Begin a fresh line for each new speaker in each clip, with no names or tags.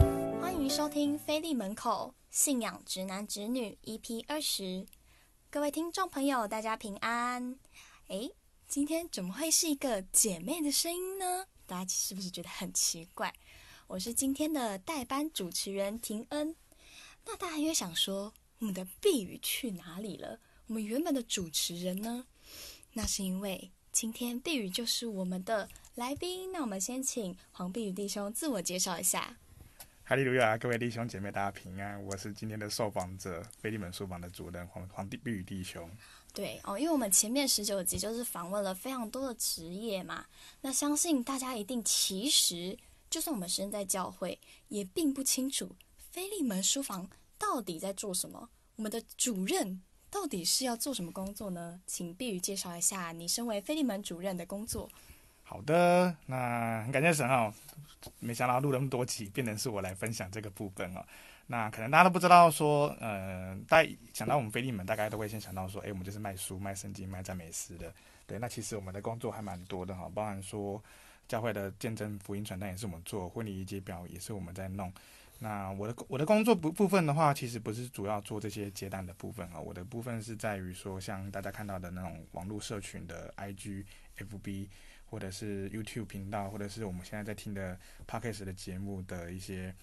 迎收听《菲利门口信仰直男直女》EP 二十。各位听众朋友，大家平安。诶，今天怎么会是一个姐妹的声音呢？大家是不是觉得很奇怪？我是今天的代班主持人廷恩。那大家也想说，我们的碧宇去哪里了？我们原本的主持人呢？那是因为今天碧宇就是我们的来宾。那我们先请黄碧宇弟兄自我介绍一下。
哈利路亚，各位弟兄姐妹，大家平安！我是今天的受访者，菲利门书房的主人黄黄帝碧宇弟兄。
对哦，因为我们前面十九集就是访问了非常多的职业嘛，那相信大家一定其实，就算我们身在教会，也并不清楚菲利门书房到底在做什么，我们的主任到底是要做什么工作呢？请碧宇介绍一下你身为菲利门主任的工作。
好的，那很感谢神哦，没想到录那么多集，变成是我来分享这个部分哦。那可能大家都不知道说，呃，大家想到我们菲利门，大概都会先想到说，哎，我们就是卖书、卖圣经、卖赞美诗的。对，那其实我们的工作还蛮多的哈、包含说教会的见证、福音传单也是我们做，婚礼以及表也是我们在弄。那我的我的工作部部分的话，其实不是主要做这些接单的部分啊、我的部分是在于说，像大家看到的那种网络社群的 IG、FB，或者是 YouTube 频道，或者是我们现在在听的 Podcast 的节目的一些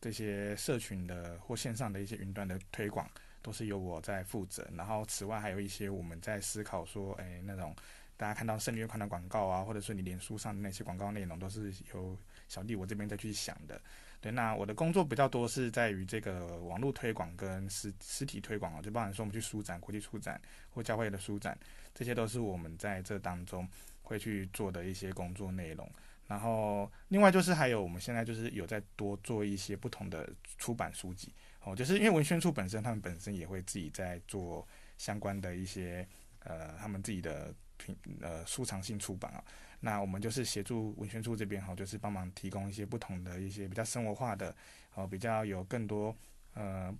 这些社群的或线上的一些云端的推广，都是由我在负责。然后此外还有一些我们在思考说，哎，那种大家看到圣约款的广告啊，或者是你脸书上的那些广告内容，都是由小弟我这边再去想的。对，那我的工作比较多是在于这个网络推广跟实实体推广哦，就包含说我们去书展、国际书展或教会的书展，这些都是我们在这当中会去做的一些工作内容。然后，另外就是还有我们现在就是有在多做一些不同的出版书籍哦，就是因为文宣处本身他们本身也会自己在做相关的一些呃他们自己的品呃收藏性出版啊、那我们就是协助文宣处这边哈，哦就是帮忙提供一些不同的一些比较生活化的，哦，比较有更多呃，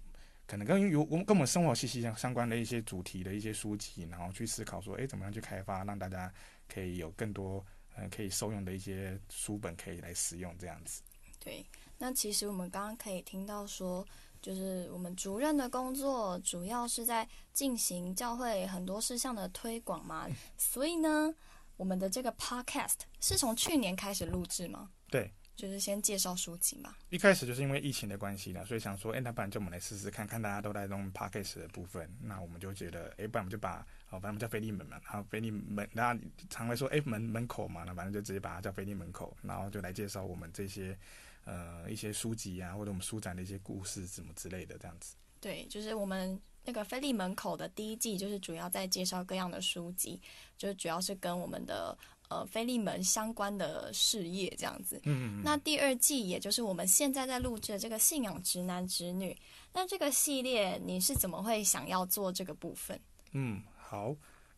可能跟有我们跟我们生活息息相相关的一些主题的一些书籍，然后去思考说，诶，怎么样去开发，让大家可以有更多嗯、呃可以受用的一些书本可以来使用这样子。
对，那其实我们刚刚可以听到说，就是我们主任的工作主要是在进行教会很多事项的推广嘛，所以呢，我们的这个 podcast 是从去年开始录制吗？
对，
就是先介绍书籍嘛。
一开始就是因为疫情的关系呢，所以想说，哎、那不然就我们来试试看看大家都在弄 podcast 的部分，那我们就觉得，哎、不然我们就把，哦，反正我们叫菲利门嘛，然后菲利门，大家常会说，哎、门门口嘛，那反正就直接把它叫菲利门口，然后就来介绍我们这些，呃，一些书籍啊，或者我们书展的一些故事什么之类的这样子。
对，就是我们那个菲利门口的第一季，就是主要在介绍各样的书籍，就是主要是跟我们的呃菲利门相关的事业这样子。
嗯，
那第二季，也就是我们现在在录制的这个信仰直男直女，那这个系列你是怎么会想要做这个部分？
嗯，好，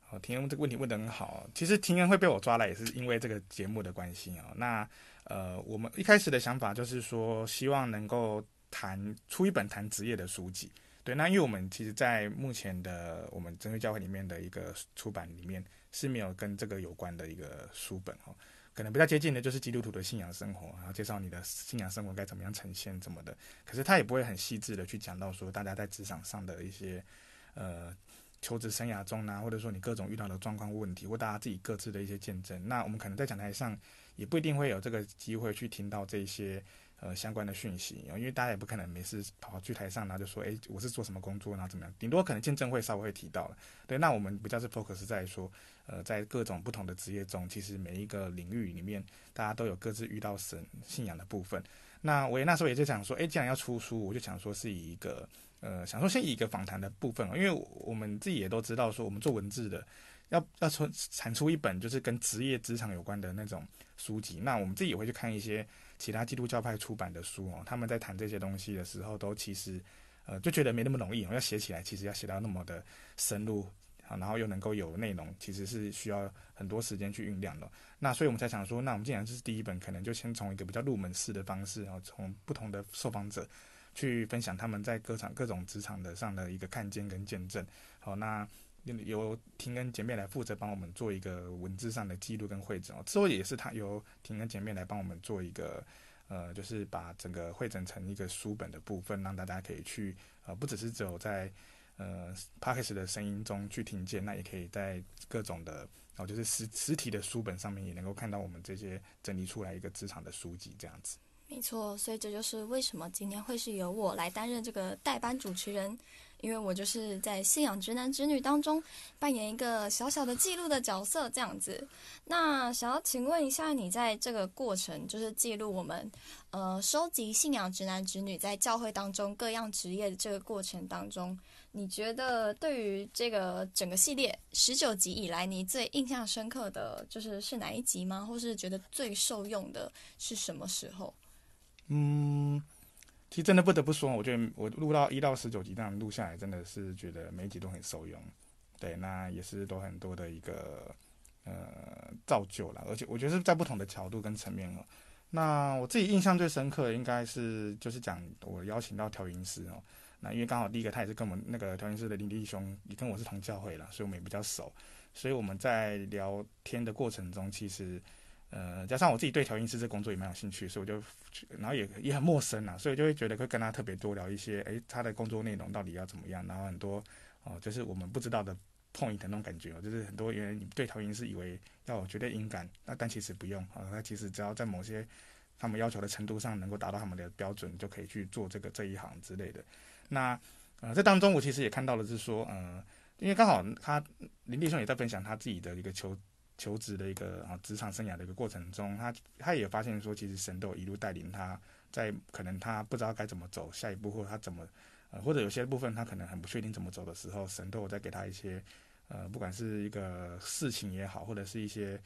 好，婷恩这个问题问得很好。其实婷恩会被我抓来，也是因为这个节目的关系哦。那呃，我们一开始的想法就是说，希望能够谈出一本谈职业的书籍。对，那因为我们其实，在目前的我们真耶教会里面的一个出版里面是没有跟这个有关的一个书本哦，可能比较接近的就是基督徒的信仰生活，然后介绍你的信仰生活该怎么样呈现怎么的。可是他也不会很细致的去讲到说大家在职场上的一些呃求职生涯中呢、或者说你各种遇到的状况问题，或大家自己各自的一些见证，那我们可能在讲台上也不一定会有这个机会去听到这些呃相关的讯息，因为大家也不可能没事跑去台上，然后就说，诶，我是做什么工作，然后怎么样，顶多可能见证会稍微会提到了。对，那我们比较是 focus 在说，呃，在各种不同的职业中，其实每一个领域里面，大家都有各自遇到神信仰的部分。那我也那时候也在想说，诶，既然要出书，我就想说是以一个呃，想说先以一个访谈的部分哦，因为我们自己也都知道，说我们做文字的，要要出产出一本就是跟职业职场有关的那种书籍。那我们自己也会去看一些其他基督教派出版的书哦，他们在谈这些东西的时候，都其实呃就觉得没那么容易哦，要写起来其实要写到那么的深入。啊，然后又能够有内容，其实是需要很多时间去酝酿的。哦那所以我们才想说，那我们既然这是第一本，可能就先从一个比较入门式的方式，然后哦从不同的受访者去分享他们在各场各种职场的上的一个看见跟见证。好，那由婷跟姐妹来负责帮我们做一个文字上的记录跟汇整哦，之后也是她由婷跟姐妹来帮我们做一个呃，就是把整个汇整成一个书本的部分，让大家可以去呃，不只是只有在呃 p a c k a g e 的声音中去听见，那也可以在各种的哦，就是实实体的书本上面也能够看到我们这些整理出来一个职场的书籍这样子。
没错，所以这就是为什么今天会是由我来担任这个代班主持人，因为我就是在《信仰直男直女》当中扮演一个小小的记录的角色这样子。那想要请问一下，你在这个过程就是记录我们呃收集信仰直男直女在教会当中各样职业的这个过程当中，你觉得对于这个整个系列十九集以来，你最印象深刻的就是是哪一集吗？或是觉得最受用的是什么时候？
嗯，其实真的不得不说，我觉得我录到一到十九集，这样录下来，真的是觉得每一集都很受用。对，那也是都很多的一个呃造就了，而且我觉得是在不同的角度跟层面哦。那我自己印象最深刻的应该是就是讲我邀请到调音师哦，那因为刚好第一个他也是跟我们那个调音师的林弟兄也跟我是同教会了，所以我们也比较熟，所以我们在聊天的过程中，其实呃加上我自己对调音师这工作也蛮有兴趣，所以我就然后也也很陌生啊，所以就会觉得会跟他特别多聊一些，诶，他的工作内容到底要怎么样，然后很多哦、就是我们不知道的 point 的那种感觉哦，就是很多原来你对投影是以为要有绝对音感，那但其实不用啊，那其实只要在某些他们要求的程度上能够达到他们的标准，就可以去做这个这一行之类的。那呃，这当中我其实也看到了，是说，呃，因为刚好他林弟兄也在分享他自己的一个求求职的一个啊职场生涯的一个过程中，他他也发现说，其实神都有一路带领他，在可能他不知道该怎么走下一步，或者他怎么呃，或者有些部分他可能很不确定怎么走的时候，神都有在给他一些呃，不管是一个事情也好，或者是一些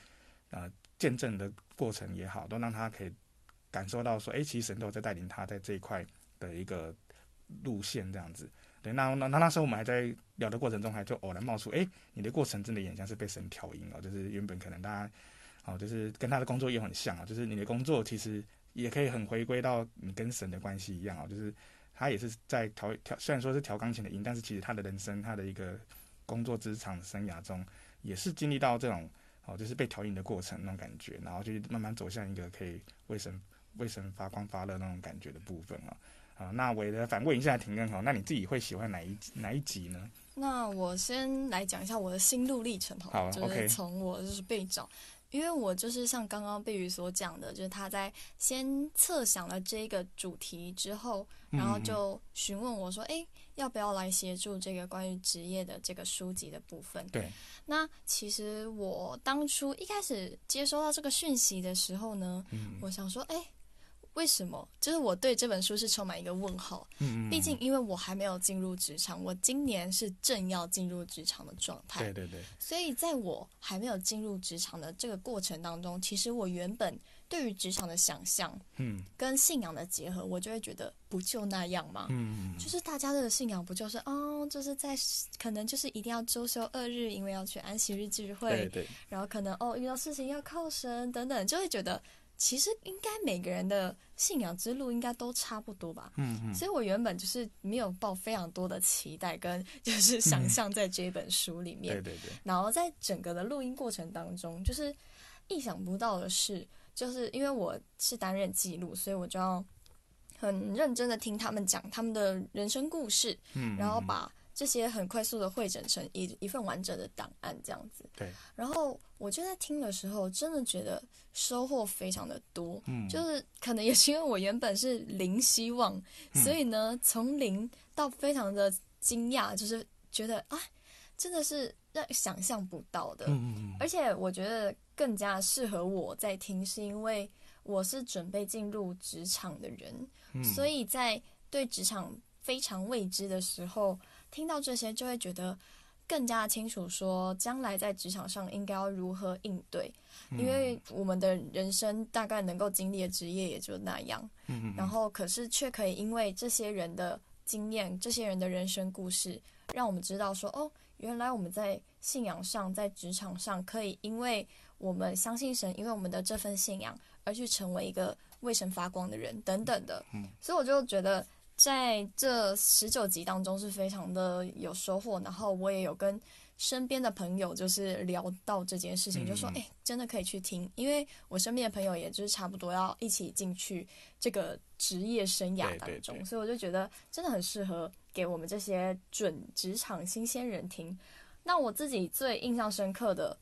呃见证的过程也好，都让他可以感受到说，诶，其实神都有在带领他在这一块的一个路线这样子。对，那那那那时候我们还在聊的过程中，还就偶然冒出，诶，你的过程真的也很像是被神调音哦，就是原本可能大家哦，就是跟他的工作也很像哦，就是你的工作其实也可以很回归到你跟神的关系一样哦，就是他也是在调调，虽然说是调钢琴的音，但是其实他的人生，他的一个工作职场生涯中，也是经历到这种哦，就是被调音的过程那种感觉，然后就慢慢走向一个可以为神为神发光发热那种感觉的部分啊、啊，那我也来反问一下廷根哦，那你自己会喜欢哪一集哪一集呢？
那我先来讲一下我的心路历程好了，
好啊
就
OK
是从我就是被找，因为我就是像刚刚贝宇所讲的，就是他在先测想了这个主题之后，然后
嗯嗯
就询问我说：“诶，要不要来协助这个关于职业的这个书籍的部分？”
对，
那其实我当初一开始接收到这个讯息的时候呢，
嗯
我想说：“诶，为什么？就是我对这本书是充满一个问号。
嗯，嗯
毕竟，因为我还没有进入职场，我今年是正要进入职场的状态
嗯对，对对，
所以在我还没有进入职场的这个过程当中，其实我原本对于职场的想象
嗯
跟信仰的结合，我就会觉得不就那样吗？
嗯，
就是大家的信仰不就是哦，就是在可能就是一定要周休二日，因为要去安息日聚
对
会，
对，
然后可能哦遇到事情要靠神等等，就会觉得其实应该每个人的信仰之路应该都差不多吧。
嗯嗯，
所以我原本就是没有抱非常多的期待跟就是想象在这一本书里面，
对对对，
然后在整个的录音过程当中，就是意想不到的是，就是因为我是担任记录，所以我就要很认真的听他们讲他们的人生故事，
嗯，
然后
嗯
把这些很快速的汇整成一一份完整的档案这样子。
对，
然后我就在听的时候，真的觉得收获非常的多，
嗯
就是可能也是因为我原本是零希望，
嗯
所以呢，从零到非常的惊讶，就是觉得啊，真的是让想象不到的。
嗯嗯嗯，
而且我觉得更加适合我在听，是因为我是准备进入职场的人，
嗯
所以在对职场非常未知的时候，听到这些就会觉得更加清楚，说将来在职场上应该要如何应对，因为我们的人生大概能够经历的职业也就那样，
嗯嗯，
然后可是却可以因为这些人的经验、这些人的人生故事，让我们知道说，哦，原来我们在信仰上、在职场上，可以因为我们相信神，因为我们的这份信仰，而去成为一个为神发光的人等等的。
嗯
所以我就觉得。在这十九集当中是非常的有收获，然后我也有跟身边的朋友就是聊到这件事情，
嗯
就说
嗯
哎、真的可以去听，因为我身边的朋友也就是差不多要一起进去这个职业生涯
对
当
对
中，
对
所以我就觉得真的很适合给我们这些准职场新鲜人听。那我自己最印象深刻的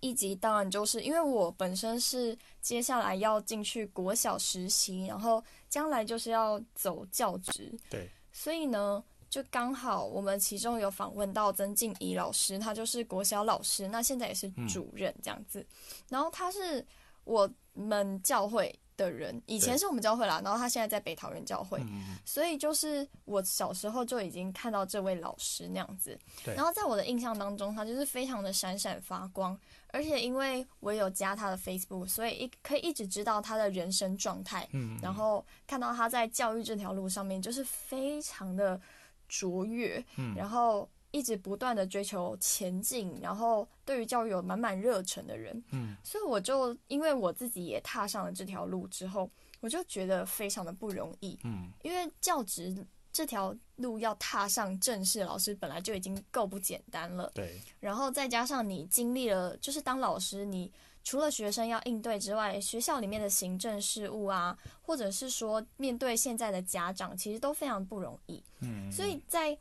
一集，当然就是因为我本身是接下来要进去国小实习，然后将来就是要走教职，
对，
所以呢，就刚好我们其中有访问到曾静怡老师，她就是国小老师，那现在也是
嗯
主任这样子。然后她是我们教会的人，以前
对
是我们教会啦，然后她现在在北桃园教会，
嗯，
所以就是我小时候就已经看到这位老师那样子，
对
然后在我的印象当中，他就是非常的闪闪发光，而且因为我有加他的 Facebook，所以一可以一直知道他的人生状态，
嗯，
然后看到他在教育这条路上面就是非常的卓越，
嗯
然后一直不断的追求前进，然后对于教育有满满热忱的人，
嗯，
所以我就因为我自己也踏上了这条路之后，我就觉得非常的不容易，
嗯，
因为教职这条路要踏上正式老师本来就已经够不简单了，
对，
然后再加上你经历了，就是当老师，你除了学生要应对之外，学校里面的行政事务啊，或者是说面对现在的家长，其实都非常不容易。
嗯，
所以在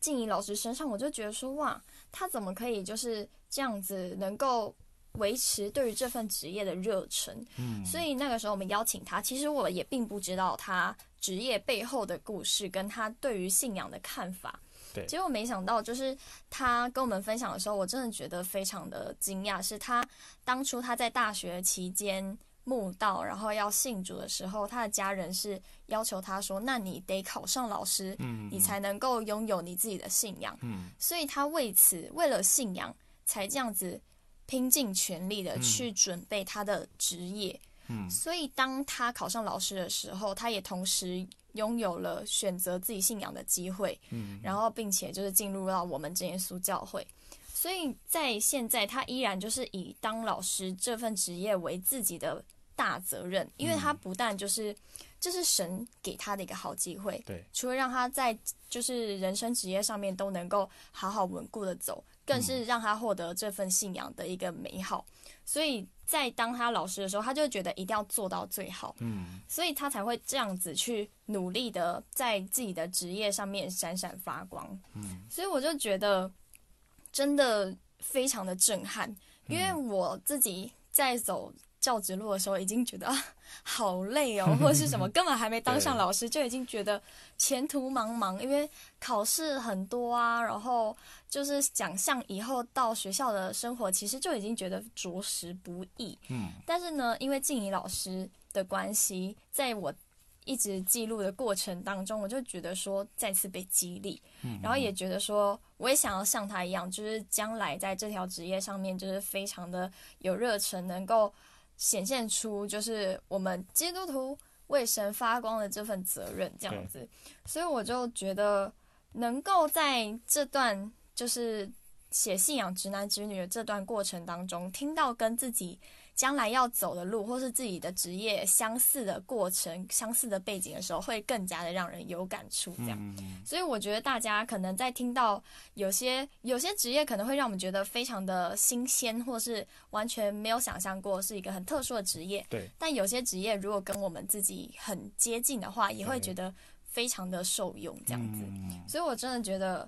静怡老师身上，我就觉得说，哇，她怎么可以就是这样子能够维持对于这份职业的热忱？
嗯，
所以那个时候我们邀请她，其实我也并不知道她职业背后的故事，跟她对于信仰的看法。
对
结果没想到，就是她跟我们分享的时候，我真的觉得非常的惊讶，是她当初她在大学期间。慕道，然后要信主的时候，她的家人是要求她说：“那你得考上老师，
嗯，
你才能够拥有你自己的信仰。
嗯
所以他为此为了信仰，才这样子拼尽全力的去准备他的职业。
嗯
所以当他考上老师的时候，他也同时拥有了选择自己信仰的机会，
嗯
然后并且就是进入到我们真耶稣教会。所以在现在，他依然就是以当老师这份职业为自己的大责任，因为他
嗯
不但就是这是神给他的一个好机会，
对，
除了让他在就是人生职业上面都能够好好稳固的走，更是让他获得这份信仰的一个美好。所以在当他老师的时候，他就觉得一定要做到最好，
嗯
所以他才会这样子去努力的在自己的职业上面闪闪发光。
嗯
所以我就觉得真的非常的震撼，因为我自己在走教职路的时候，已经觉得、啊、好累哦，或者是什么，根本还没当上老师就已经觉得前途茫茫，因为考试很多啊，然后就是想象以后到学校的生活，其实就已经觉得着实不易。
嗯
但是呢，因为静怡老师的关系，在我一直记录的过程当中，我就觉得说再次被激励，
嗯
然后也觉得说我也想要像他一样，就是将来在这条职业上面，就是非常的有热忱，能够显现出就是我们基督徒为神发光的这份责任这样子。所以我就觉得能够在这段就是写信仰直男直女的这段过程当中，听到跟自己将来要走的路，或是自己的职业相似的过程、相似的背景的时候，会更加的让人有感触。这样，
嗯
所以我觉得大家可能在听到有些有些职业，可能会让我们觉得非常的新鲜，或是完全没有想象过是一个很特殊的职业。
对，
但有些职业如果跟我们自己很接近的话，也会觉得非常的受用。这样子，
嗯
所以我真的觉得，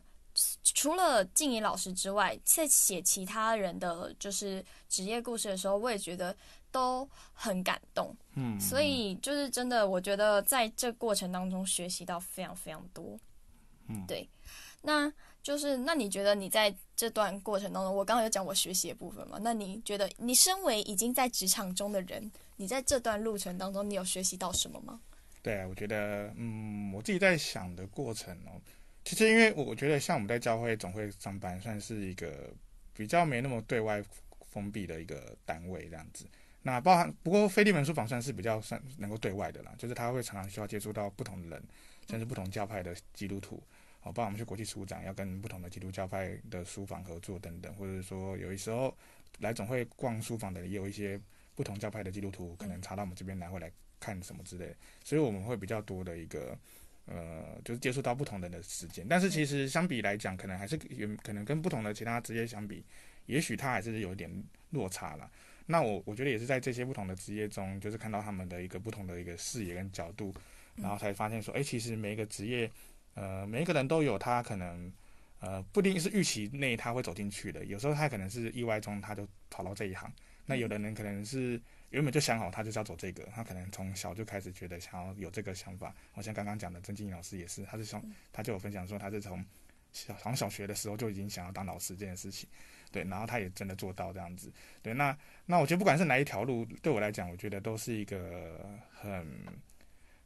除了静怡老师之外，在写其他人的就是职业故事的时候，我也觉得都很感动。
嗯，
所以就是真的，我觉得在这过程当中学习到非常非常多。
嗯
对，那就是那你觉得你在这段过程当中，我刚刚有讲我学习的部分嘛？那你觉得你身为已经在职场中的人，你在这段路程当中，你有学习到什么吗？
对，啊我觉得，嗯，我自己在想的过程哦，其实因为我觉得，像我们在教会总会上班，算是一个比较没那么对外封闭的一个单位这样子。那包含不过菲利门书房算是比较算能够对外的啦，就是他会常常需要接触到不同的人，甚至不同教派的基督徒。哦，包括我们去国际书展，要跟不同的基督教派的书房合作等等，或者说有一时候来总会逛书房的也有一些不同教派的基督徒，可能查到我们这边来会来看什么之类的。所以我们会比较多的一个呃，就是接触到不同人的时间。但是其实相比来讲，可能还是有可能跟不同的其他职业相比，也许它还是有一点落差啦。那我我觉得也是在这些不同的职业中，就是看到他们的一个不同的一个视野跟角度，然后才发现说，哎、其实每一个职业，呃，每一个人都有他可能，呃，不一定是预期内他会走进去的，有时候他可能是意外中他就跑到这一行。那有的人可能是原本就想好他就是要走这个，他可能从小就开始觉得想要有这个想法。好像刚刚讲的曾静怡老师也是，他是从他就有分享说他是从小好像小学的时候就已经想要当老师这件事情，对，然后他也真的做到这样子，对，那那我觉得不管是哪一条路，对我来讲，我觉得都是一个很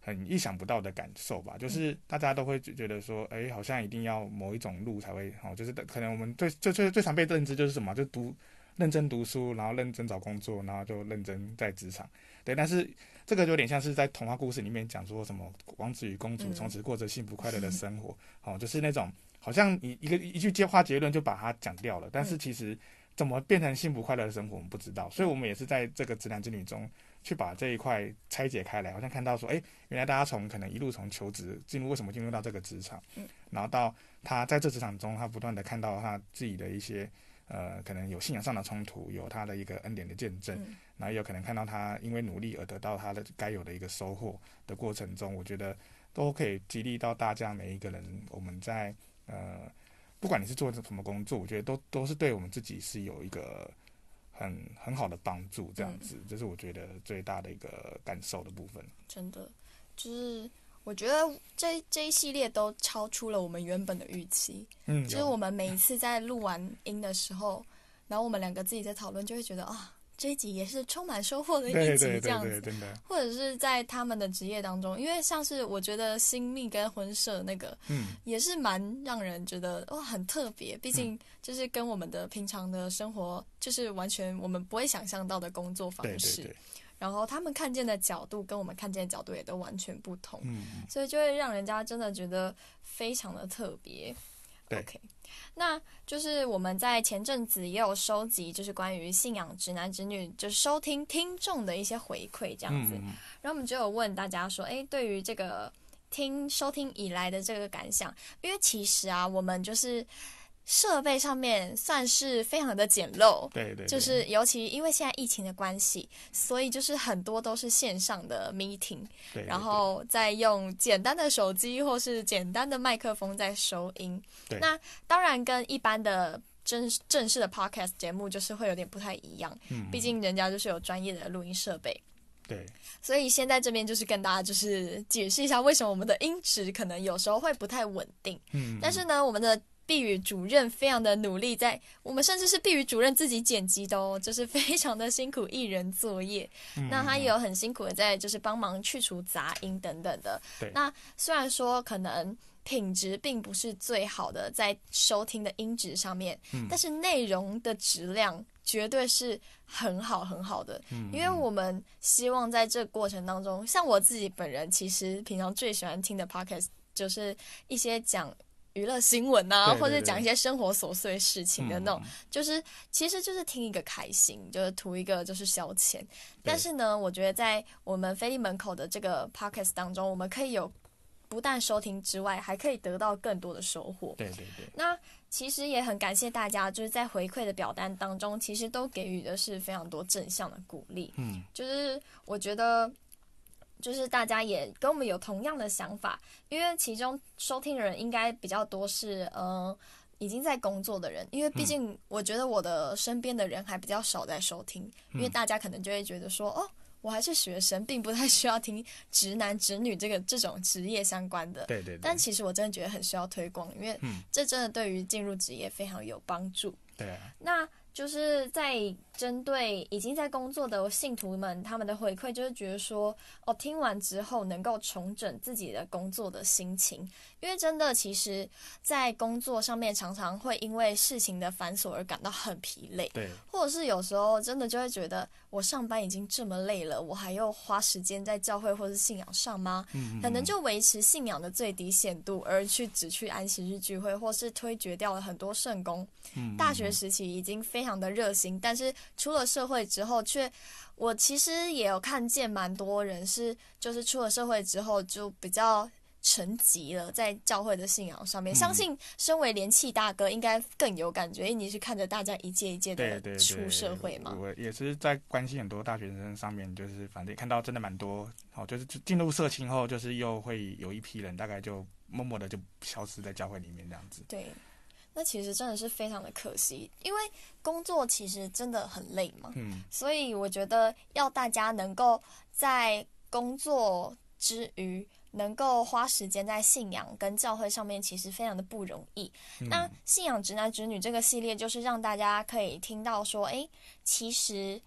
很意想不到的感受吧，就是大家都会觉得说，哎、好像一定要某一种路才会好、哦，就是可能我们最最最最常被认知就是什么，就读认真读书，然后认真找工作，然后就认真在职场。对，但是这个有点像是在童话故事里面讲说什么王子与公主
嗯
从此过着幸福快乐的生活，好、就是那种好像你一个一句接话结论就把它讲掉了，但是其实怎么变成幸福快乐的生活我们不知道，所以我们也是在这个直男之旅中去把这一块拆解开来，好像看到说，哎、原来大家从可能一路从求职进入，为什么进入到这个职场，然后到他在这职场中，他不断的看到他自己的一些呃，可能有信仰上的冲突，有他的一个恩典的见证，
嗯
然后有可能看到他因为努力而得到他的该有的一个收获的过程中，我觉得都可以激励到大家每一个人，我们在呃，不管你是做什么工作，我觉得都都是对我们自己是有一个。很很好的帮助，这样子，这是我觉得最大的一个感受的部分。
真的就是。我觉得这这一系列都超出了我们原本的预期，
嗯，
就是我们每一次在录完音的时候，然后我们两个自己在讨论，就会觉得啊，这一集也是充满收获的
对
一
对
集，
对
这样
对
子
对，。真的，
或者是在他们的职业当中，因为像是我觉得新密跟婚社那个
嗯，
也是蛮让人觉得哇很特别，毕竟就是跟我们的平常的生活就是完全我们不会想象到的工作方
对嗯对
式，
对，
然后他们看见的角度跟我们看见的角度也都完全不同，
嗯，嗯
所以就会让人家真的觉得非常的特别。
对
o k 那就是我们在前阵子也有收集，就是关于信仰直男直女，就是收听听众的一些回馈这样子。
嗯嗯
然后我们就有问大家说，诶，对于这个听收听以来的这个感想，因为其实啊，我们就是设备上面算是非常的简陋。
对对，对嗯
就是，尤其因为现在疫情的关系，所以就是很多都是线上的 meeting，
对，对
然后再用简单的手机或是简单的麦克风在收音
对。
那当然跟一般的正正式的 podcast 节目就是会有点不太一样，
对嗯，
毕竟人家就是有专业的录音设备。
对
所以现在这边就是跟大家就是解释一下，为什么我们的音质可能有时候会不太稳定。
嗯，
但是呢，我们的碧宇主任非常的努力在，我们甚至是碧宇主任自己剪辑的哦，就是非常的辛苦一人作业。
嗯
那他也有很辛苦的在就是帮忙去除杂音等等的
对。
那虽然说可能。品质并不是最好的，在收听的音质上面，
嗯
但是内容的质量绝对是很好很好的。
嗯
因为我们希望在这个过程当中，像我自己本人，其实平常最喜欢听的 podcast 就是一些讲娱乐新闻呐、
对对
或者
对
讲一些生活琐碎事情的那种，
嗯
就是其实就是听一个开心，就是图一个就是消遣。
对
但是呢，我觉得在我们菲利门口的这个 podcast 当中，我们可以有不但收听之外，还可以得到更多的收获。
对对对，
那其实也很感谢大家，就是在回馈的表单当中，其实都给予的是非常多正向的鼓励。
嗯，
就是我觉得，就是大家也跟我们有同样的想法，因为其中收听的人应该比较多是嗯、呃已经在工作的人，因为毕
嗯
竟我觉得我的身边的人还比较少在收听，
嗯
因为大家可能就会觉得说哦。我还是学生，并不太需要听直男直女这个这种职业相关的。
对对，
但其实我真的觉得很需要推广，因为
嗯
这真的对于进入职业非常有帮助。
对啊，
那就是在针对已经在工作的信徒们，他们的回馈就是觉得说，哦，听完之后能够重整自己的工作的心情，因为真的，其实，在工作上面常常会因为事情的繁琐而感到很疲累，
对
或者是有时候真的就会觉得，我上班已经这么累了，我还要花时间在教会或是信仰上吗？
嗯，
可能就维持信仰的最低限度，而去只去安息日聚会，或是推决掉了很多圣公。
嗯
大学时期已经非常的热心，但是出了社会之后却，我其实也有看见蛮多人是，就是出了社会之后就比较沉寂了，在教会的信仰上面，
嗯
相信身为连气大哥应该更有感觉，因为你是看着大家一届一届
对
的
对对，
出社会嘛。
我也是在关心很多大学生上面，就是反正看到真的蛮多，哦，就是进入社青后，就是又会有一批人大概就默默的就消失在教会里面这样子。
对，那其实真的是非常的可惜，因为工作其实真的很累嘛，
嗯，
所以我觉得要大家能够在工作之余。能够花时间在信仰跟教会上面，其实非常的不容易。
嗯
那《信仰直男直女》这个系列，就是让大家可以听到说，诶，其实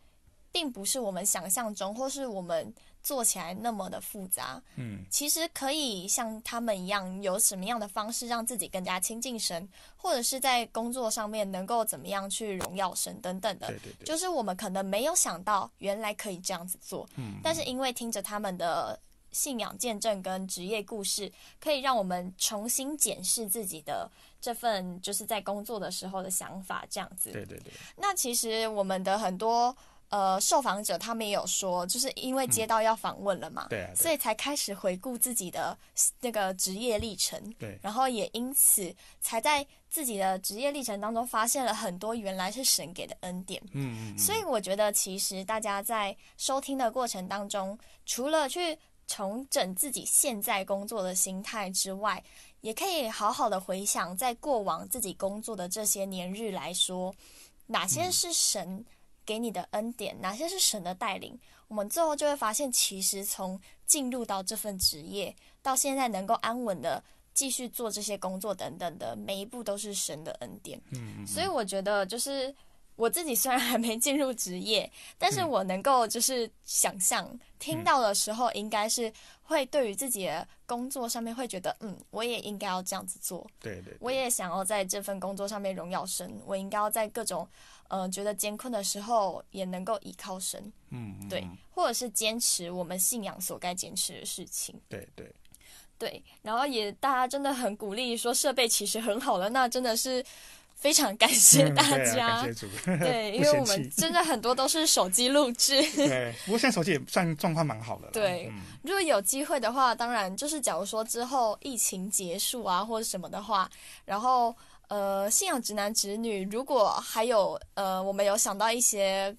并不是我们想象中，或是我们做起来那么的复杂。
嗯
其实可以像他们一样，有什么样的方式让自己更加亲近神，或者是在工作上面能够怎么样去荣耀神等等的
对。对对，
就是我们可能没有想到，原来可以这样子做，
嗯，
但是因为听着他们的信仰见证跟职业故事，可以让我们重新检视自己的这份就是在工作的时候的想法，这样子。
对对对，
那其实我们的很多呃受访者他们也有说，就是因为接到要访问了嘛，
对啊对
所以才开始回顾自己的那个职业历程，
对
然后也因此才在自己的职业历程当中发现了很多原来是神给的恩典。
嗯嗯，
所以我觉得，其实大家在收听的过程当中，除了去重整自己现在工作的心态之外，也可以好好的回想，在过往自己工作的这些年日来说，哪些是神给你的恩典，哪些是神的带领。我们最后就会发现，其实从进入到这份职业到现在能够安稳的继续做这些工作等等的，每一步都是神的恩典。
嗯嗯，
所以我觉得就是我自己虽然还没进入职业，但
嗯
是我能够就是想象、听到的时候，应该是会对于自己的工作上面会觉得，嗯，我也应该要这样子做，
对对，对
我也想要在这份工作上面荣耀神，我应该要在各种呃觉得艰困的时候也能够依靠神，
嗯嗯
对，
嗯
或者是坚持我们信仰所该坚持的事情。
对对
对，然后也大家真的很鼓励说设备其实很好了，那真的是非常感 谢
嗯
大
对啊
家。
感谢主。
对，因为
不嫌
我们
弃
真的很多都是手机录制。
对，不过现在手机也算状况蛮好的了。
对
嗯
如果有机会的话，当然就是假如说之后疫情结束啊，或者什么的话，然后呃，信仰直男直女，如果还有呃，我们有想到一些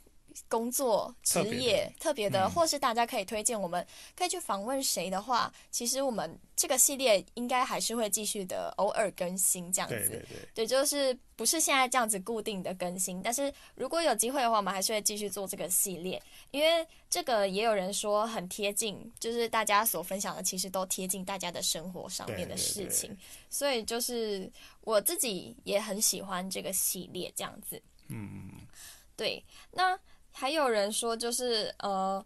工作职
特别的
业特别的，
嗯
或是大家可以推荐我们可以去访问谁的话，其实我们这个系列应该还是会继续的，偶尔更新这样子。
对对对，
对，就是不是现在这样子固定的更新，但是如果有机会的话，我们还是会继续做这个系列，因为这个也有人说很贴近，就是大家所分享的其实都贴近大家的生活上面的事情，
对
所以就是我自己也很喜欢这个系列这样子。
嗯嗯
对，那还有人说就是呃，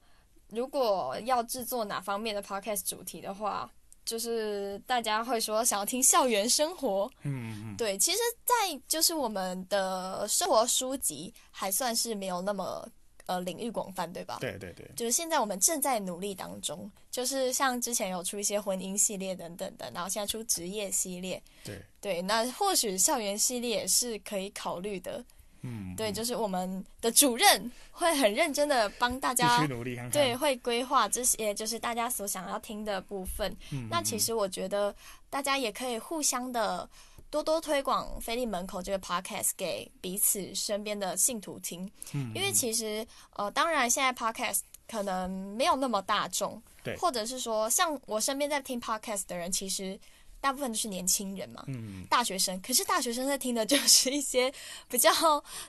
如果要制作哪方面的 podcast 主题的话，就是大家会说想要听校园生活。
嗯嗯，
对，其实，在就是我们的生活书籍还算是没有那么呃领域广泛，对吧？
对对对，
就是现在我们正在努力当中，就是像之前有出一些婚姻系列等等的，然后现在出职业系列，
对，
对，那或许校园系列也是可以考虑的。
嗯，
对，
嗯
就是我们的主任会很认真的帮大
必
家
须努力看看。
对，会规划这些就是大家所想要听的部分。
嗯，
那其实我觉得大家也可以互相的多多推广菲利门口这个 podcast 给彼此身边的信徒听，
嗯，嗯
因为其实呃，当然现在 podcast 可能没有那么大众，
对
或者是说像我身边在听 podcast 的人，其实大部分都是年轻人嘛，
嗯，嗯
大学生，可是大学生在听的就是一些比较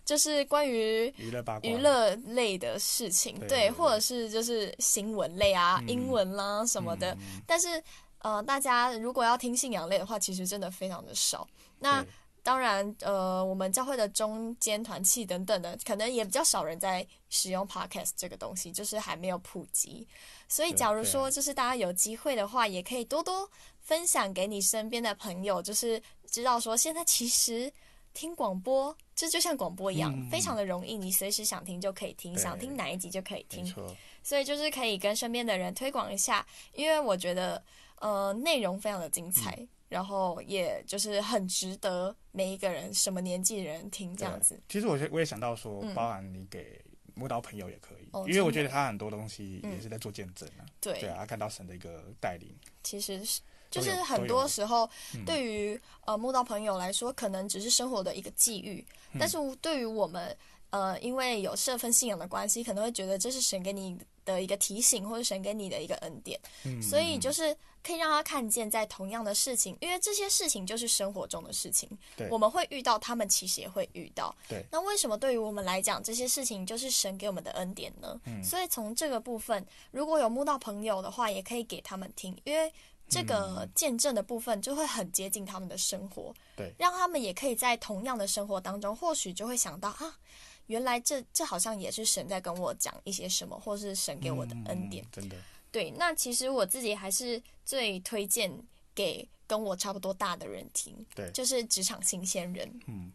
就是关于
娱乐八卦，
娱乐类的事情，
对
对，
对
或者是就是新闻类啊、
嗯
英文啦、什么的。
嗯，嗯
但是，呃，大家如果要听信仰类的话，其实真的非常的少。那
对
当然，呃，我们教会的中间团契等等的，可能也比较少人在使用 podcast 这个东西，就是还没有普及。所以，
对
假如
对
说就是大家有机会的话，也可以多多分享给你身边的朋友，就是知道说现在其实听广播，这就像广播一样，
嗯
非常的容易，你随时想听就可以听，
对
想听哪一集就可以听
没。错，
所以就是可以跟身边的人推广一下，因为我觉得呃内容非常的精彩，
嗯
然后也就是很值得每一个人什么年纪的人听这
对
样子。
其实我我也想到说
嗯，
包含你给摸到朋友也可以
哦，
因为我
真
觉
的
得他很多东西
嗯
也是在做见证啊。
对，
对啊，看到神的一个带领。
其实是就是很多时候
嗯
对于呃慕道朋友来说，可能只是生活的一个际遇，
嗯
但是对于我们呃，因为有这份信仰的关系，可能会觉得这是神给你的一个提醒，或者神给你的一个恩典，
嗯
所以就是可以让他看见，在同样的事情，因为这些事情就是生活中的事情
对，
我们会遇到，他们其实也会遇到。
对
那为什么对于我们来讲，这些事情就是神给我们的恩典呢？
嗯
所以从这个部分，如果有慕到朋友的话，也可以给他们听，因为。这个
嗯
见证的部分就会很接近他们的生活，
对
让他们也可以在同样的生活当中，或许就会想到啊，原来这这好像也是神在跟我讲一些什么，或是神给我的恩典。
嗯真的，
对，那其实我自己还是最推荐给跟我差不多大的人听，
对
就是职场新鲜人。
嗯，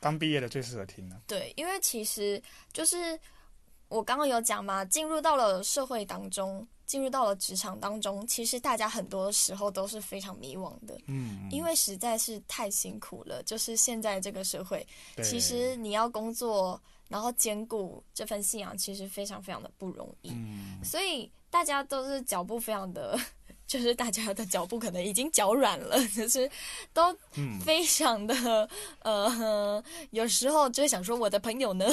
刚毕业的最适合听啊了、
对，因为其实就是我刚刚有讲嘛，进入到了社会当中，进入到了职场当中，其实大家很多时候都是非常迷惘的，
嗯，
因为实在是太辛苦了。就是现在这个社会，
嗯对
其实，你要工作，然后兼顾这份信仰，其实非常非常的不容易。
嗯，
所以大家都是脚步非常的， 就是大家的脚步可能已经脚软了，就是都
嗯
非常的、呃，有时候就会想说我的朋友呢，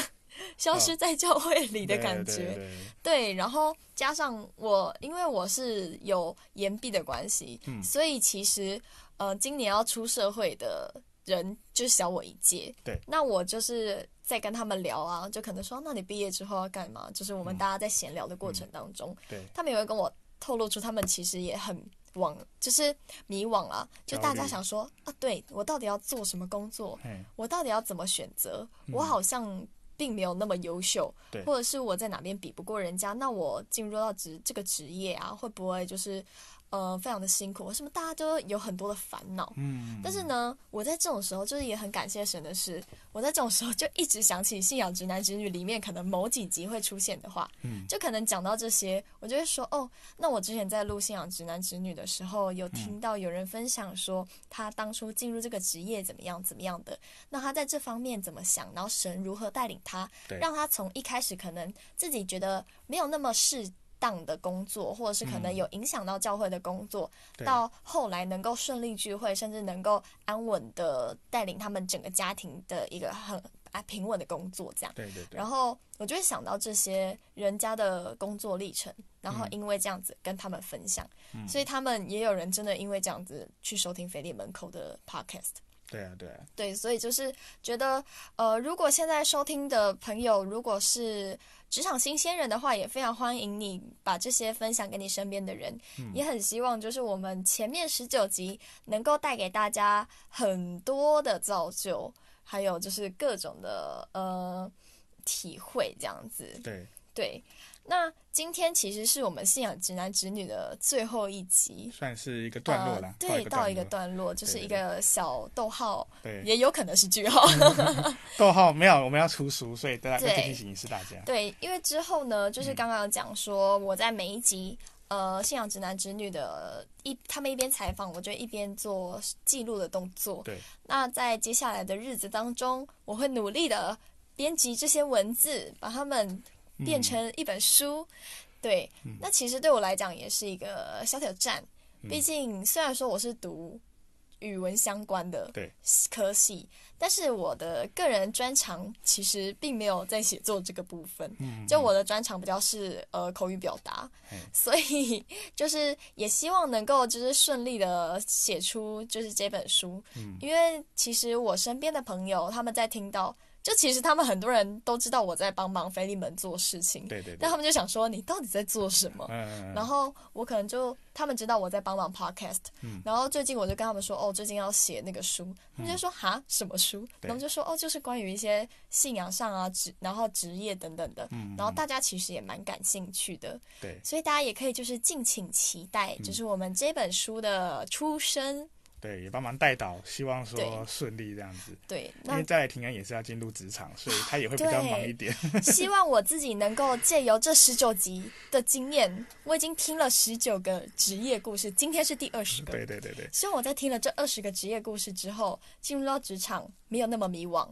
消失在教会里的感觉。
嗯对对对
对，然后加上我，因为我是有延毕的关系，
嗯
所以其实呃，今年要出社会的人就小我一届。
对，
那我就是在跟他们聊啊，就可能说，那你毕业之后要干嘛？就是
嗯
我们大家在闲聊的过程当中，
对
他们也会跟我透露出他们其实也很。惘，就是迷惘啊，就大
焦
家
虑
想说啊，对我到底要做什么工作？
嘿
我到底要怎么选择？我好像并没有那么优秀，
嗯对
或者是我在哪边比不过人家，那我进入到职这个职业啊，会不会就是呃非常的辛苦？为什么大家都有很多的烦恼？
嗯，
但是呢，我在这种时候就是也很感谢神的是，我在这种时候就一直想起《信仰直男直女》里面可能某几集会出现的话，
嗯
就可能讲到这些，我就会说哦，那我之前在录《信仰直男直女》的时候，有听到有人分享说他当初进入这个职业怎么样怎么样的，那他在这方面怎么想，然后神如何带领他，
对
让他从一开始可能自己觉得没有那么适当的工作，或者是可能
嗯
有影响到教会的工作，
对
到后来能够顺利聚会，甚至能够安稳的带领他们整个家庭的一个很啊平稳的工作这样。
对对对，
然后我就会想到这些人家的工作历程，然后因为这样子跟他们分享，
嗯
所以他们也有人真的因为这样子去收听菲利门口的 podcast。
对啊对啊，
对，所以就是觉得，呃，如果现在收听的朋友如果是职场新鲜人的话，也非常欢迎你把这些分享给你身边的人，
嗯
也很希望就是我们前面十九集能够带给大家很多的造就，还有就是各种的呃体会这样子。
对
对，那今天其实是我们信仰直男直女的最后一集。
算是一个段落了
呃，，对，到一个
落
段落，就是
对
一
对
个小逗号，
对嗯
也有可能是句号。
逗号没有，我们要出书，所以大家
对
再提醒一次大家。
对，因为之后呢，
嗯
就是刚刚有讲说，我在每一集。呃，信仰直男直女的一，他们一边采访，我就一边做记录的动作。
对，
那在接下来的日子当中，我会努力的编辑这些文字，把它们
嗯
变成一本书。对，那其实对我来讲也是一个小挑战。毕竟虽然说我是读语文相关的
对
科系，但是我的个人专长其实并没有在写作这个部分。
嗯，
就我的专长比较是呃口语表达
嗯，
所以就是也希望能够就是顺利的写出就是这本书，
嗯
因为其实我身边的朋友他们在听到，就其实他们很多人都知道我在帮忙菲利门做事情，
对对对
但，他们就想说你到底在做什么？
嗯，
然后我可能就他们知道我在帮忙 podcast，、
嗯
然后最近我就跟他们说，哦，最近要写那个书，他们就说哈什么书？
对
然后我就说哦，就是关于一些信仰上啊职，然后职业等等的，
嗯
然后大家其实也蛮感兴趣的，
对
所以大家也可以就是敬请期待，
嗯
就是我们这本书的出生。
对，也帮忙带导，希望说
对
顺利这样子。
对，
因
那
为再来平安也是要进入职场，所以他也会比较忙一点。
希望我自己能够借由这十九集的经验，我已经听了十九个职业故事，今天是第二十个，
对对对对，
希望我在听了这二十个职业故事之后，进入到职场没有那么迷惘。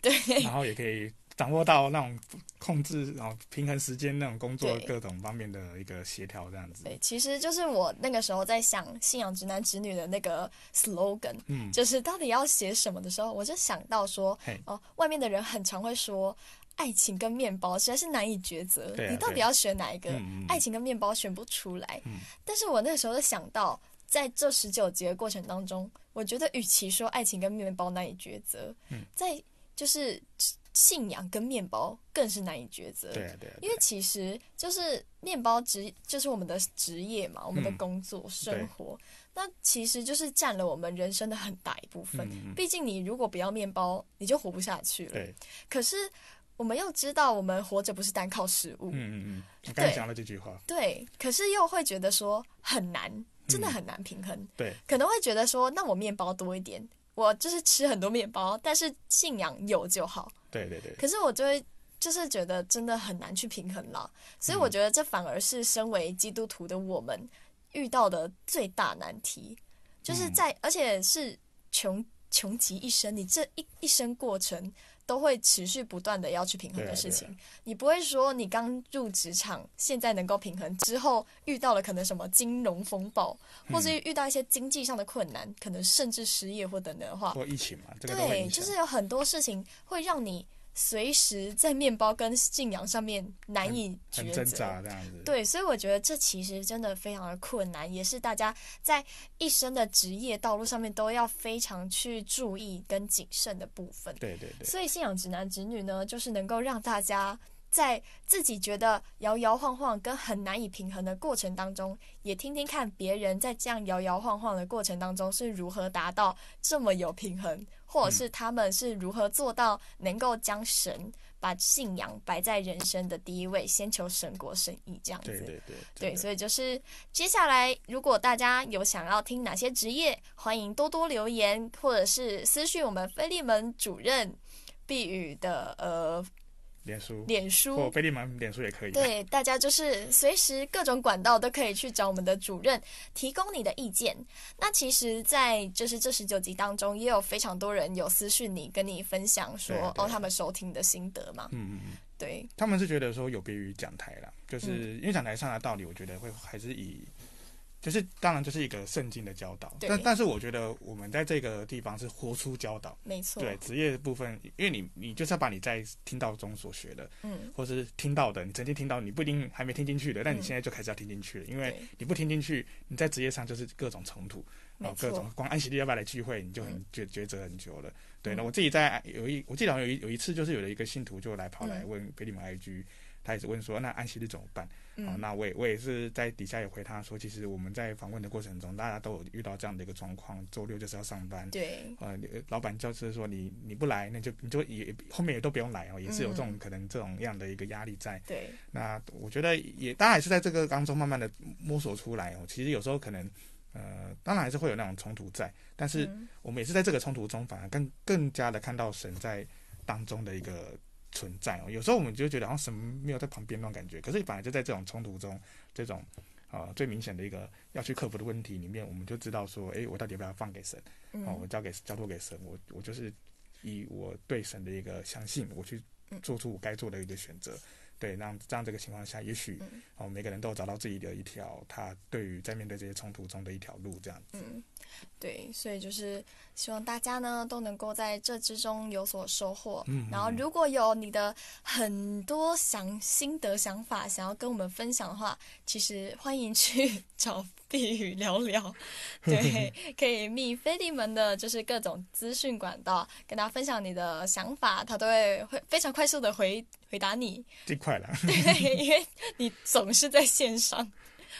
对，
然后也可以掌握到那种控制，然后平衡时间那种工作
对
各种方面的一个协调，这样子。
对，其实就是我那个时候在想信仰直男直女的那个 slogan，
嗯
就是到底要写什么的时候，我就想到说
嘿，
哦，外面的人很常会说。爱情跟面包实在是难以抉择，
对啊
你到底
对
要选哪一个？
嗯嗯嗯
爱情跟面包选不出来。
嗯
但是我那个时候就想到，在这十九集的过程当中，我觉得与其说爱情跟面包难以抉择，
嗯
在就是信仰跟面包更是难以抉择。
对啊对啊，
因为其实就是面包职，就是我们的职业嘛，我们的
嗯
工作、生活，那其实就是占了我们人生的很大一部分。
嗯嗯
毕竟你如果不要面包，你就活不下去了。
对，
可是我们又知道，我们活着不是单靠食物，
嗯嗯嗯，我刚才讲了这句话，
对。可是又会觉得说很
嗯
难，真的很难平衡。
对
可能会觉得说，那我面包多一点，我就是吃很多面包，但是信仰有就好。
对对对，
可是我就会就是觉得真的很难去平衡啦，所以
嗯
我觉得这反而是身为基督徒的我们遇到的最大难题，就是
嗯
在、而且是穷穷极一生，你这一一生过程都会持续不断的要去平衡的事情，
对啊
你不会说你刚入职场现在能够平衡，之后遇到了可能什么金融风暴，或是
嗯
遇到一些经济上的困难，可能甚至失业或等等的话，
或疫情嘛，这个都会
对，
影
就
响。
是有很多事情会让你随时在面包跟信仰上面难以
很
抉
挣
择。
扎这样子，
对，所以我觉得这其实真的非常的困难，也是大家在一生的职业道路上面都要非常去注意跟谨慎的部分。
对对对，
所以信仰直男直女呢，就是能够让大家在自己觉得摇摇晃晃跟很难以平衡的过程当中，也听听看别人在这样摇摇晃晃的过程当中是如何达到这么有平衡，或者是他们是如何做到能够将神把信仰摆在人生的第一位，先求神国神意这样子。
对对对
对，
真的
所以就是接下来，如果大家有想要听哪些职业，欢迎多多留言，或者是私讯我们菲利门主任碧宇的呃
脸书
脸
或
书。
飞利门脸书也可以，，啊
对，大家就是随时各种管道都可以去找我们的主任提供你的意见。那其实，在就是这十九集当中，也有非常多人有私讯你，跟你分享说
对啊对啊
哦，他们收听的心得嘛。
嗯嗯嗯。
对，
他们是觉得说有别于讲台啦，
嗯
就是、因为讲台上的道理，我觉得会还是以，就是当然就是一个圣经的教导，
对
但但是我觉得我们在这个地方是活出教导，
没错。
对职业的部分，因为你你就是要把你在听到中所学的，
嗯，
或是听到的，你曾经听到，你不一定还没听进去的，但你
嗯
现在就开始要听进去了，因为
对，
你不听进去，你在职业上就是各种冲突，
没
然哦后各
错
种。光安息日要不要来聚会，你就很
嗯
抉抉择很久了。对，
嗯
那我自己在有一，我记得好像有一有一次就是有了一个信徒就来跑来
嗯
问菲利门 IG，他也是问说那安息日怎么办？好，
嗯，
那我也我也是在底下也回他说，其实我们在访问的过程中，大家都有遇到这样的一个状况，周六就是要上班。
对，
呃，你老板就是说你你不来，那就你就也后面也都不用来哦，也是有这
嗯
种可能这种样的一个压力在。
对，
那我觉得也，大家也是在这个当中慢慢的摸索出来哦。其实有时候可能，呃，当然还是会有那种冲突在，但是
嗯
我们也是在这个冲突中，反而更更加的看到神在当中的一个存在哦。有时候我们就觉得好像神没有在旁边那种感觉，可是反而就在这种冲突中，这种啊、呃最明显的一个要去克服的问题里面，我们就知道说，诶，我到底要不要放给神？哦，我
嗯，
交给交托给神，我我就是以我对神的一个相信，我去
嗯
做出我该做的一个选择。对，让这样这个情况下，也许
嗯
哦，每个人都有找到自己的一条他对于在面对这些冲突中的一条路，这样子。
嗯，对，所以就是希望大家呢都能够在这之中有所收获。
嗯
然后如果有你的很多想心得、想法想要跟我们分享的话，其实欢迎去 找碧宇聊 聊。对，可以密飞利门的，就是各种资讯管道，跟大家分享你的想法，他都会会非常快速的回回答你。
尽快了，
对，因为你总是在线上，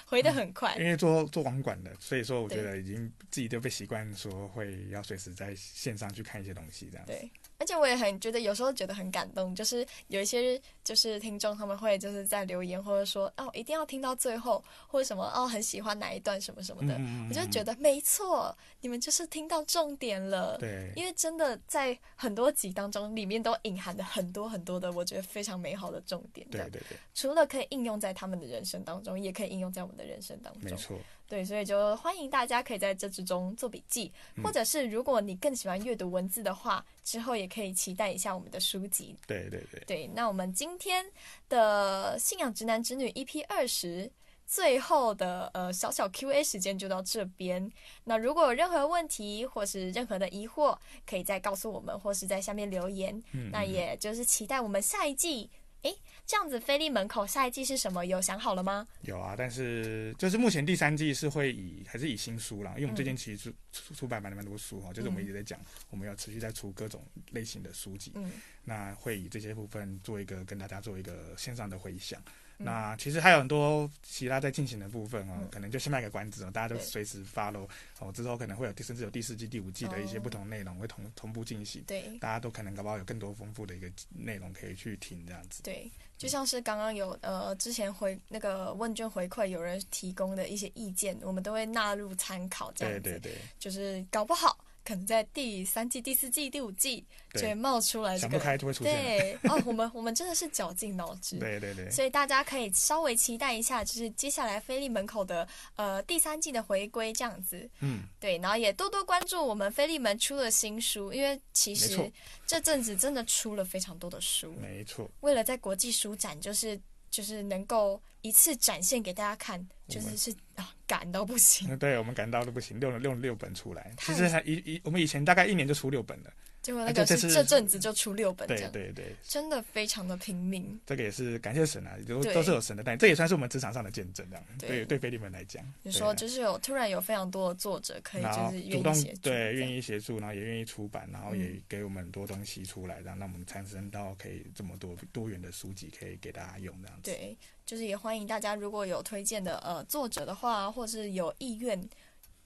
回的很快
因。为做做网管的，所以说我觉得已经自己都被习惯说会要随时在线上去看一些东西，这样子。
对，而且我也很觉得有时候觉得很感动，就是有一些就是听众他们会就是在留言或者说哦一定要听到最后，或者什么哦很喜欢哪一段什么什么的，
嗯
我就觉
得
得没错，你们就是听到重点了。
对，
因为真的在很多集当中，里面都隐含了很多很多的，我觉得非常美好的重点。
对对对，
除了可以应用在他们的人生当中，也可以应用在我们的人生当
没
中。
错，
对，所以就欢迎大家可以在这之中做笔记，
嗯
或者是如果你更喜欢阅读文字的话，之后也可以期待一下我们的书籍。
对对对，
对，那我们今天的《信仰直男直女》EP 二十。最后的呃小小 Q&A 时间就到这边。那如果有任何问题或是任何的疑惑，可以再告诉我们，或是在下面留言。
嗯，
那也就是期待我们下一季。诶，这样子菲利门口下一季是什么？有想好了吗？
有啊，但是就是目前第三季是会以还是以新书
嗯
啦，因为我们最近其实出出出版蛮蛮多书哈，就是我们一直在讲，我们要持续在出各种类型的书籍，
嗯
那会以这些部分做一个跟大家做一个线上的回响。那其实还有很多其他在进行的部分哦，
嗯
可能就先卖个关子哦，大家都
对
随时 follow 哦，之后可能会有第甚至有第四季、第五季的一
嗯
些不同内容会同同步进行，
对
大家都可能搞不好有更多丰富的一个内容可以去听这样子。
对，就像是刚刚有呃之前回那个问卷回馈有人提供的一些意见，我们都会纳入参考，这样
对
子
对对，
就是搞不好可能在第三季、第四季、第五季就
对
会冒出来这
想不
个。
开就会出现。
对哦，我们我们真的是绞尽脑汁。
对对对，
所以大家可以稍微期待一下，就是接下来菲利门口的呃第三季的回归这样子。
嗯，
对，然后也多多关注我们菲利门出的新书，因为其
没
实
错
这阵子真的出了非常多的书，
没错。
为了在国际书展就是就是能够一次展现给大家看，就
我
是
们
是啊赶到不行，
那对我们感到都不行，六六六本出来，
太
其实还一一我们以前大概一年就出六本了。
结果那
哎
个
这
是
这是
这阵子就出六本这
对
样，
对对，
真的非常的拼命。
这个也是感谢神啊，都
对
都是有神的带领，这也算是我们职场上的见证，这样
对
对对，菲利们来讲，
你说
对啊
就是有突然有非常多的作者可以
然
就
后
是愿
主
意
动
写作这样，
对愿意协助，然后也愿意出版，然后也
嗯
给我们很多东西出来，然后让我们产生到可以这么多多元的书籍可以给大家用这样子。
对，就是也欢迎大家如果有推荐的呃作者的话，或是有意愿，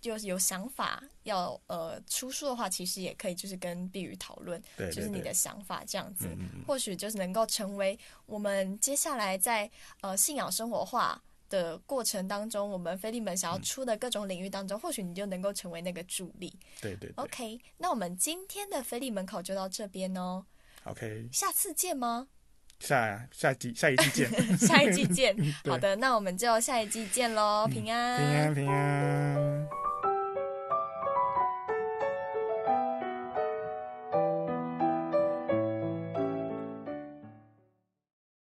就是有想法要呃出书的话，其实也可以就是跟碧宇讨论，
对
就是你
对
的
对，
想法这样子，
嗯嗯嗯
或许就是能够成为我们接下来在呃信仰生活化。的过程当中，我们菲利门想要出的各种领域当中，或许你就能够成为那个助力。
对对对
OK，那我们今天的菲利门口就到这边哦，
，OK，
下次见吗？
下下集下一 期见，平
下一季见。
对嗯
好的，那我们就下一季见喽，平安。
安平安。